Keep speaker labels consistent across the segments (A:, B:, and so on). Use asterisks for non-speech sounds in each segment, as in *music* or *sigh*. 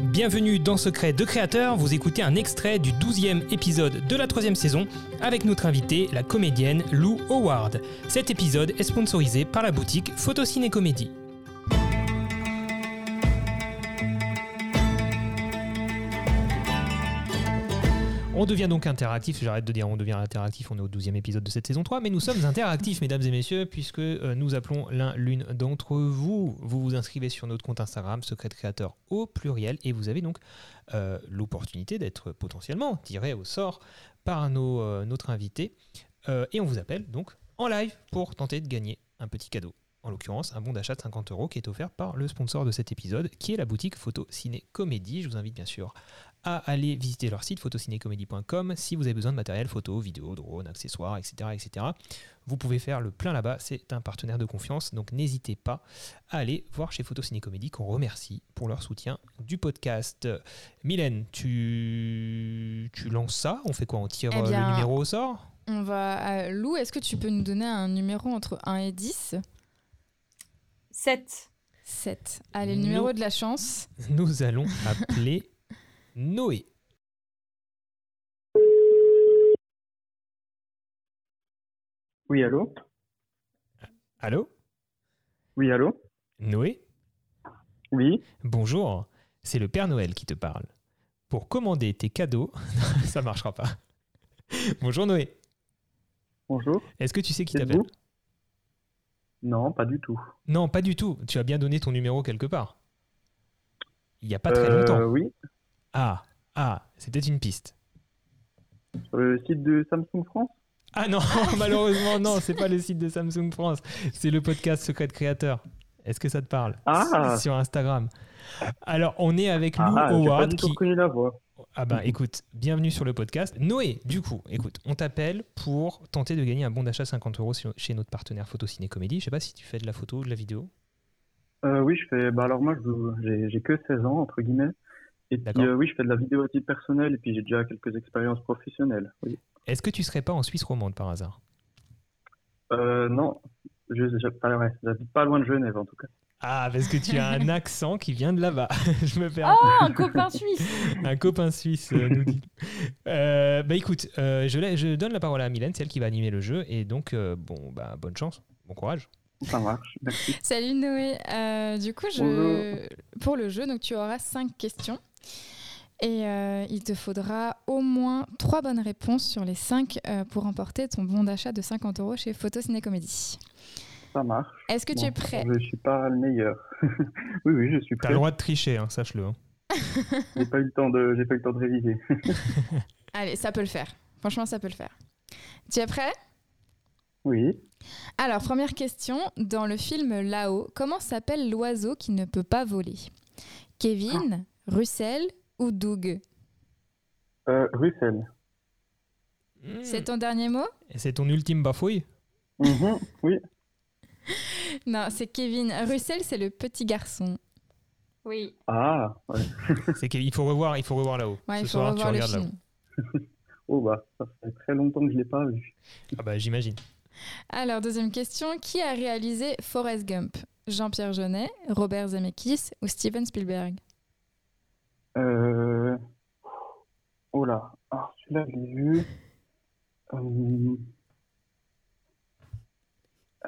A: bienvenue dans Secret de Créateur. Vous écoutez un extrait du 12e épisode de la troisième saison avec notre invitée, la comédienne Lou Howard. Cet épisode est sponsorisé par la boutique Photociné Comédie. On devient donc interactif, j'arrête de dire on devient interactif, on est au 12e épisode de cette saison 3, mais nous sommes interactifs, mesdames et messieurs, puisque euh, nous appelons l'un l'une d'entre vous. Vous vous inscrivez sur notre compte Instagram, Secret de Créateur au pluriel, et vous avez donc euh, l'opportunité d'être potentiellement tiré au sort par nos, euh, notre invité. Euh, et on vous appelle donc en live pour tenter de gagner un petit cadeau. En l'occurrence, un bon d'achat de 50 euros qui est offert par le sponsor de cet épisode, qui est la boutique Photo Ciné Comédie. Je vous invite bien sûr à aller visiter leur site photocinécomédie.com si vous avez besoin de matériel photo, vidéo, drone, accessoires, etc., etc. Vous pouvez faire le plein là-bas, c'est un partenaire de confiance, donc n'hésitez pas à aller voir chez Photociné Comédie qu'on remercie pour leur soutien du podcast. Mylène, tu, tu lances ça On fait quoi On tire
B: Eh
A: euh,
B: bien,
A: le numéro au sort
B: On va. à- Lou, est-ce que tu peux nous donner un numéro entre 1 et 10
C: 7.
B: 7. Allez, le
A: Nous.
B: numéro de la chance.
A: Nous allons appeler Noé.
D: Oui, allô
A: Allô
D: Oui, allô
A: Noé
D: Oui,
A: Bonjour, c'est le Père Noël qui te parle. Pour commander tes cadeaux, *laughs* Non, ça marchera pas. Bonjour Noé,
D: bonjour.
A: est-ce que tu sais qui
D: C'est
A: t'appelle
D: vous Non, pas du tout.
A: Non, pas du tout. Tu as bien donné ton numéro quelque part. Il n'y a pas très
D: Euh,
A: longtemps.
D: Oui,
A: Ah, ah, c'était une piste.
D: sur le site de Samsung France
A: Ah non, *laughs* malheureusement non, c'est pas le site de Samsung France, c'est le podcast Secret de Créateur. Est-ce que ça te parle
D: Ah.
A: Sur Instagram. Alors, on est avec Lou
D: Ah, j'ai pas
A: Howard
D: du tout
A: qui
D: reconnu la voix.
A: Ah bah écoute, bienvenue sur le podcast. Noé, du coup, écoute, on t'appelle pour tenter de gagner un bon d'achat 50 euros sur- chez notre partenaire Photo Ciné Comédie. Je sais pas si tu fais de la photo ou de la vidéo.
D: Euh, oui, je fais. Bah alors moi, je vous- j'ai j'ai que 16 ans entre guillemets. Et puis
A: D'accord.
D: euh, oui, je fais de la vidéo à titre personnel et puis j'ai déjà quelques expériences professionnelles. Oui.
A: Est-ce que tu serais pas en Suisse romande par hasard
D: Euh, non, je je- pas ouais, j'habite pas loin de Genève en tout cas.
A: Ah, parce que tu as *laughs* un accent qui vient de là-bas. *laughs* Je me perds.
C: Oh, un copain suisse
B: Oh
A: Un copain suisse euh, nous dit. Euh, bah écoute, euh, je, la- je donne la parole à Mylène, celle qui va animer le jeu. Et donc, euh, bon, bah bonne chance, bon courage.
D: Ça marche. Merci.
B: Salut Noé. Euh, du coup, je...
D: Bonjour.
B: pour le jeu, donc tu auras 5 questions. Et euh, il te faudra au moins 3 bonnes réponses sur les 5 pour remporter ton bon d'achat de 50 euros chez Photo Ciné Comédie.
D: Ça marche.
B: Est-ce que tu
D: Bon,
B: es prêt
D: Je suis pas le meilleur. *laughs* oui, oui, je suis
A: T'as le
D: prêt.
A: droit de tricher, hein, sache-le. hein.
D: J'ai pas eu le temps de, j'ai pas eu le temps de réviser.
B: Allez, ça peut le faire. Franchement, ça peut le faire. Tu es prêt
D: oui.
B: Alors, première question. Dans le film Là-haut, comment s'appelle l'oiseau qui ne peut pas voler Kevin,
A: Ah.
B: Russell ou Doug
D: Euh, Russell.
A: Hmm.
B: C'est ton dernier mot
A: Et C'est ton ultime
B: *laughs*
A: bafouille
D: Mhm, Oui.
B: Non, c'est Kevin. Russell, c'est le petit garçon.
C: Oui.
D: Ah. ouais.
A: C'est qu'il faut revoir, il faut revoir là-haut.
B: Ouais,
A: Ce
B: il faut
A: soir, tu
B: revoir le
A: regardes là-haut.
B: film.
D: Oh bah, ça fait très longtemps que je l'ai pas vu.
A: Ah bah j'imagine.
B: Alors, deuxième question. Qui a réalisé Forrest Gump Jean-Pierre Jeunet, Robert Zemeckis ou Steven Spielberg
D: Euh... Oh là, ah, celui-là je l'ai vu. Euh,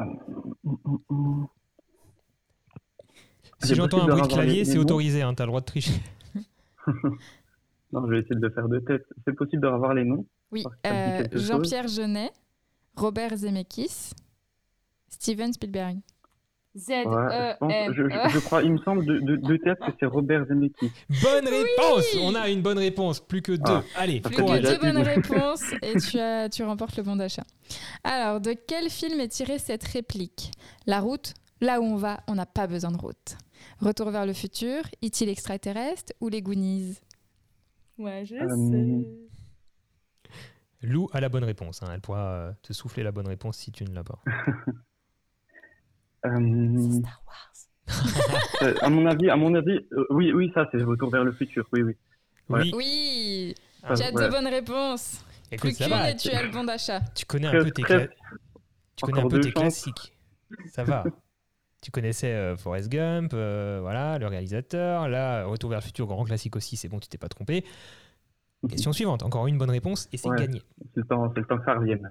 D: euh, mm, mm, mm.
A: Si
D: C'est
A: j'entends un bruit de
D: possible d'avoir les-
A: clavier,
D: les
A: c'est
D: mots
A: autorisé, hein, t'as le droit de tricher. *laughs*
D: Non, je vais essayer de le faire de tête. C'est possible de revoir les noms?
B: Oui,
D: Oh, ça me dit
B: euh,
D: quelque chose.
B: Jean-Pierre Jeunet, Robert Zemeckis, Steven Spielberg.
C: Z,
D: Ouais,
C: E,
D: je pense,
C: M,
D: je,
C: E.
D: je- je crois, il me semble de, de, de tête que c'est Robert Zemeckis.
A: Bonne réponse On a une bonne réponse, plus que deux.
D: Ah.
A: Allez,
D: Parce
B: Plus que
D: Courage.
A: courage.
B: deux bonnes
D: Déjà,
B: réponses
A: *laughs*
B: et tu, as- tu remportes le bon d'achat. Alors, de quel film est tirée cette réplique La route, là où on va, on n'a pas besoin de route. Retour vers le futur, est-il extraterrestre ou les Goonies
C: Ouais, je
D: Euh,
C: sais.
A: Lou a la bonne réponse. hein, Elle pourra euh, te souffler la bonne réponse si tu ne l'as pas.
D: Euh,
C: Star Wars.
D: *laughs* euh, à mon avis, à mon avis, euh, oui, oui, ça, c'est Retour vers le futur. Oui, oui. Ouais.
A: Oui,
B: Oui
A: Ah,
B: Tu as
D: voilà.
B: deux bonnes réponses.
A: écoute,
B: Plus
A: ça
B: qu'une
A: va.
B: et tu as le bon d'achat.
A: Tu connais un
D: Très-
A: peu tes,
D: très-
A: cla- tu connais un
D: Encore
A: peu
D: deux
A: tes
D: chances.
A: classiques. Ça va. *laughs* Tu connaissais euh, Forrest Gump, euh, voilà, le réalisateur. Là, Retour vers le futur, grand classique aussi, c'est bon, tu t'es pas trompé. Question suivante, encore une bonne réponse et c'est
D: Mhm. Ouais.
A: gagné.
D: C'est le temps, c'est le temps que ça revienne.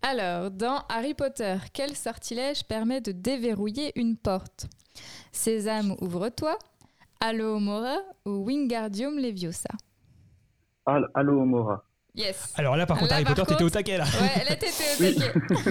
B: Alors, dans Harry Potter, quel sortilège permet de déverrouiller une porte Sésame, ouvre-toi. Alohomora ou Wingardium Leviosa
D: Al- Allo Mora.
B: Yes.
A: Alors là, par contre,
B: Euh, Là,
A: Harry
B: par
A: Potter, t'étais au
B: contre-
A: taquet là.
B: Ouais, là t'étais au
D: Oui.
B: taquet.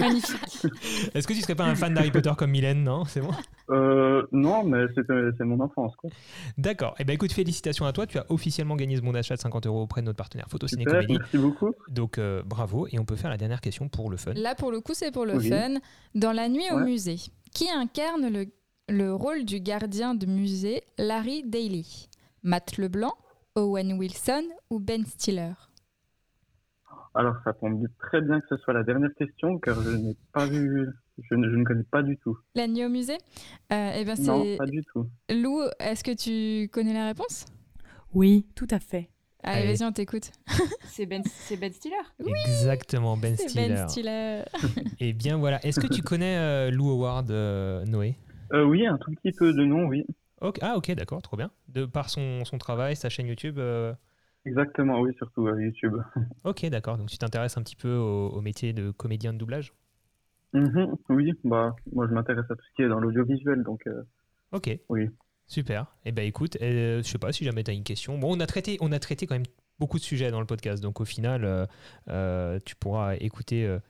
A: *laughs*
B: Magnifique.
A: Est-ce que tu serais pas un fan d'Harry Potter comme Mylène Non, c'est bon.
D: Euh, non, mais c'est, euh, c'est mon enfance, quoi.
A: D'accord. Eh ben écoute, félicitations à toi. Tu as officiellement gagné ce bon d'achat de 50 euros auprès de notre partenaire Photociné
D: Super,
A: Comédie.
D: merci beaucoup.
A: Donc euh, bravo. Et on peut faire la dernière question pour le fun.
B: Là pour le coup, c'est pour le
D: Oui.
B: fun. Dans La nuit au
D: Ouais.
B: musée, qui incarne le, le rôle du gardien de musée Larry Daly Matt Leblanc, Owen Wilson ou Ben Stiller
D: Alors, ça tombe très bien que ce soit la dernière question, car je n'ai pas vu, je ne, je ne connais pas du tout.
B: La nuit au musée Euh, Eh bien,
A: Ah,
D: Non,
B: c'est.
D: pas du tout.
B: Lou, est-ce que tu connais la réponse
E: Oui, tout à fait.
B: Allez,
A: Allez.
B: vas-y, on t'écoute.
C: C'est ben, c'est ben Stiller.
A: Exactement, Ben
B: C'est
A: Stiller.
B: Ben Stiller.
A: Eh bien voilà. Est-ce que tu connais euh, Lou Howard, euh, Noé
D: Euh, oui, un tout petit peu de nom, oui.
A: Ok- Ah ok, d'accord, trop bien. De par son, son travail, sa chaîne YouTube. euh,
D: Exactement, oui, surtout euh, YouTube. *laughs*
A: Ok, d'accord. Donc tu t'intéresses un petit peu au, au métier de comédien de doublage.
D: Mhm, oui, bah, moi je m'intéresse à tout ce qui est dans l'audiovisuel, donc euh,
A: Ok.
D: Oui.
A: Super. Eh ben écoute, euh, je sais pas si jamais tu as une question. Bon, on a traité, on a traité quand même beaucoup de sujets dans le podcast. Donc au final, euh, euh, tu pourras écouter euh,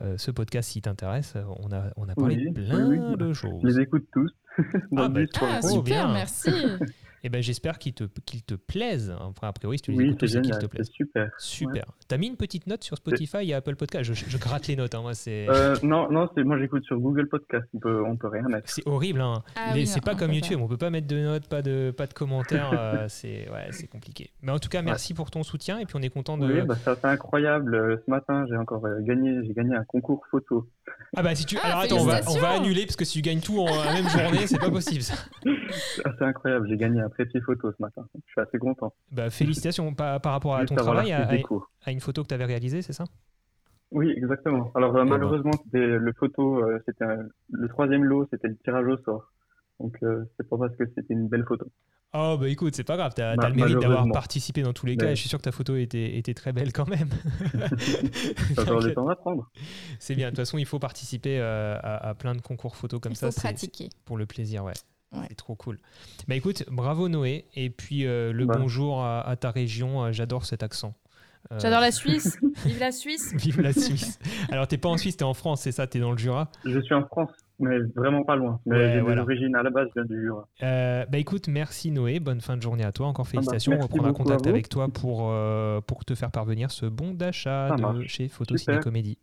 A: euh, ce podcast si t'intéresse. Euh, On a, on a parlé
D: Oui,
A: de plein
D: oui, oui.
A: de
D: je
A: choses.
D: les écoute tous. *laughs* Dans
A: Ah, bah,
D: le bus, pour
B: Ah,
D: le coup.
A: Oh,
B: super,
A: bien. *laughs*
B: merci.
A: Eh ben j'espère qu'ils te, qu'ils te plaisent. Enfin, a priori, si tu les
D: Oui,
A: écoutes,
D: c'est
A: c'est qu'ils
D: génial,
A: te
D: c'est
A: plaisent.
D: super.
A: *laughs* Super. T'as mis une petite note sur Spotify et Apple Podcast. Je, je gratte les notes. hein, moi, c'est.
D: Euh, non, non, c'est moi j'écoute sur Google Podcast, on peut, on peut rien mettre.
A: C'est horrible, hein.
B: Ah
A: Les-
B: oui,
A: c'est
B: non,
A: pas
B: on
A: comme
B: peut
A: YouTube, on peut pas mettre de notes, pas de, pas de commentaires, euh, *laughs* c'est ouais, c'est compliqué. Mais en tout cas, merci pour ton soutien et puis on est content de.
D: Oui, bah, ça c'est incroyable. euh, Ce matin, j'ai encore euh, gagné, j'ai gagné un concours photo.
A: Ah bah si tu.
B: Ah,
A: Alors attends, on va, on
B: félicitations
A: va annuler parce que si tu gagnes tout en la même journée, c'est pas possible.
B: *laughs*
A: ça.
D: Ah, C'est incroyable, j'ai gagné un précis photo ce matin. Je suis assez content.
A: Bah félicitations par, par rapport à
D: Juste
A: ton
D: avant la
A: travail, à,
D: reprise des
A: à-
D: cours.
A: à une photo que t'avais réalisée, c'est ça
D: Oui, exactement. Alors euh,
A: ben.
D: malheureusement, c'était le photo, euh, c'était euh, le troisième lot, c'était le tirage au sort. Donc euh, c'est pas parce que c'était une belle photo.
A: Oh bah écoute, c'est pas grave, t'as
D: Ma-
A: t'as le mérite d'avoir
D: malheureusement.
A: participé dans tous les cas
D: Mais-
A: et je suis sûr que ta photo était, était très belle quand *laughs* même.
D: Ça va le
A: T'inquiète,
D: temps d'apprendre.
A: c'est bien, de toute façon il faut participer euh, à, à plein de concours photos comme
B: Il
A: ça.
B: faut
A: c'est-
B: pratiquer.
A: pour le plaisir, ouais.
B: Ouais.
A: C'est trop cool. Bah écoute, bravo Noé, et puis euh, le
D: Bah.
A: bonjour à, à ta région, euh, j'adore cet accent. Euh,
C: J'adore la Suisse. Vive la Suisse.
A: *laughs* Vive la Suisse. Alors t'es pas en Suisse, t'es en France, c'est ça, t'es dans le Jura.
D: Je suis en France, mais vraiment pas loin. Mais
A: Ouais,
D: j'ai des
A: voilà.
D: origines à la base, je viens du Jura.
A: Euh, bah écoute, merci Noé, bonne fin de journée à toi, encore félicitations, on
D: Ah bah, merci
A: reprendra
D: beaucoup à
A: contact
D: vous.
A: avec toi pour, euh, pour te faire parvenir ce bon d'achat
D: Ça
A: de
D: marche.
A: chez Photociné
D: Super.
A: Comédie.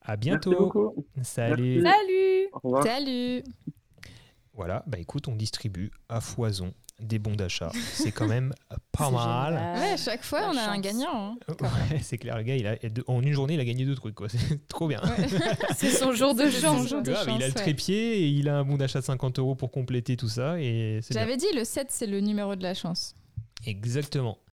A: À
D: Merci
A: bientôt,
D: beaucoup.
A: salut.
D: Merci.
C: Salut.
D: Au revoir.
B: Salut.
C: Euh,
A: Voilà, bah écoute, on distribue à foison des bons d'achat, c'est quand même pas
C: C'est
A: mal.
C: génial.
B: Ouais, à chaque fois,
C: la
B: on a un
C: chance.
B: gagnant. hein.
A: Ouais, *laughs* c'est clair, le gars, il a, deux- en une journée, il a gagné deux trucs, quoi. *laughs* C'est trop bien.
C: C'est son jour de
B: C'est
C: chance.
B: son jour. des
A: Grave, Ah, il a le
B: chances, ouais.
A: trépied et il a un bon d'achat de 50 euros pour compléter tout ça. Et c'est bien.
B: J'avais dit, le 7, c'est le numéro de la chance.
A: Exactement.